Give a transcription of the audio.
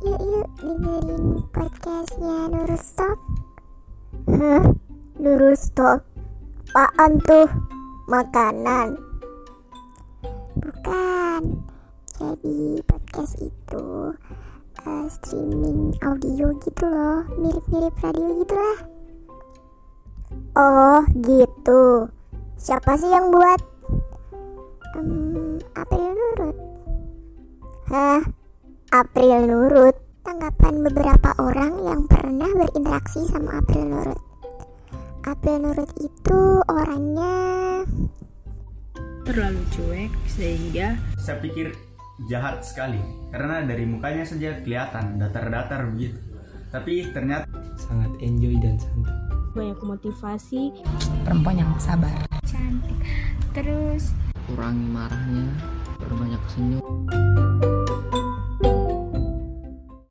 Ya, yuk dengerin podcastnya Nurustok Hah? Lurus tok? Apaan tuh? Makanan? Bukan Jadi podcast itu eh, streaming audio gitu loh Mirip-mirip radio gitu lah Oh gitu Siapa sih yang buat? Em, Hmm, April Nurut Hah? April Nurut? Tanggapan beberapa orang yang pernah berinteraksi sama April Nurut April Nurut itu orangnya terlalu cuek sehingga saya pikir jahat sekali karena dari mukanya saja kelihatan datar-datar begitu tapi ternyata sangat enjoy dan santai. banyak motivasi kurangi marahnya perbanyak senyum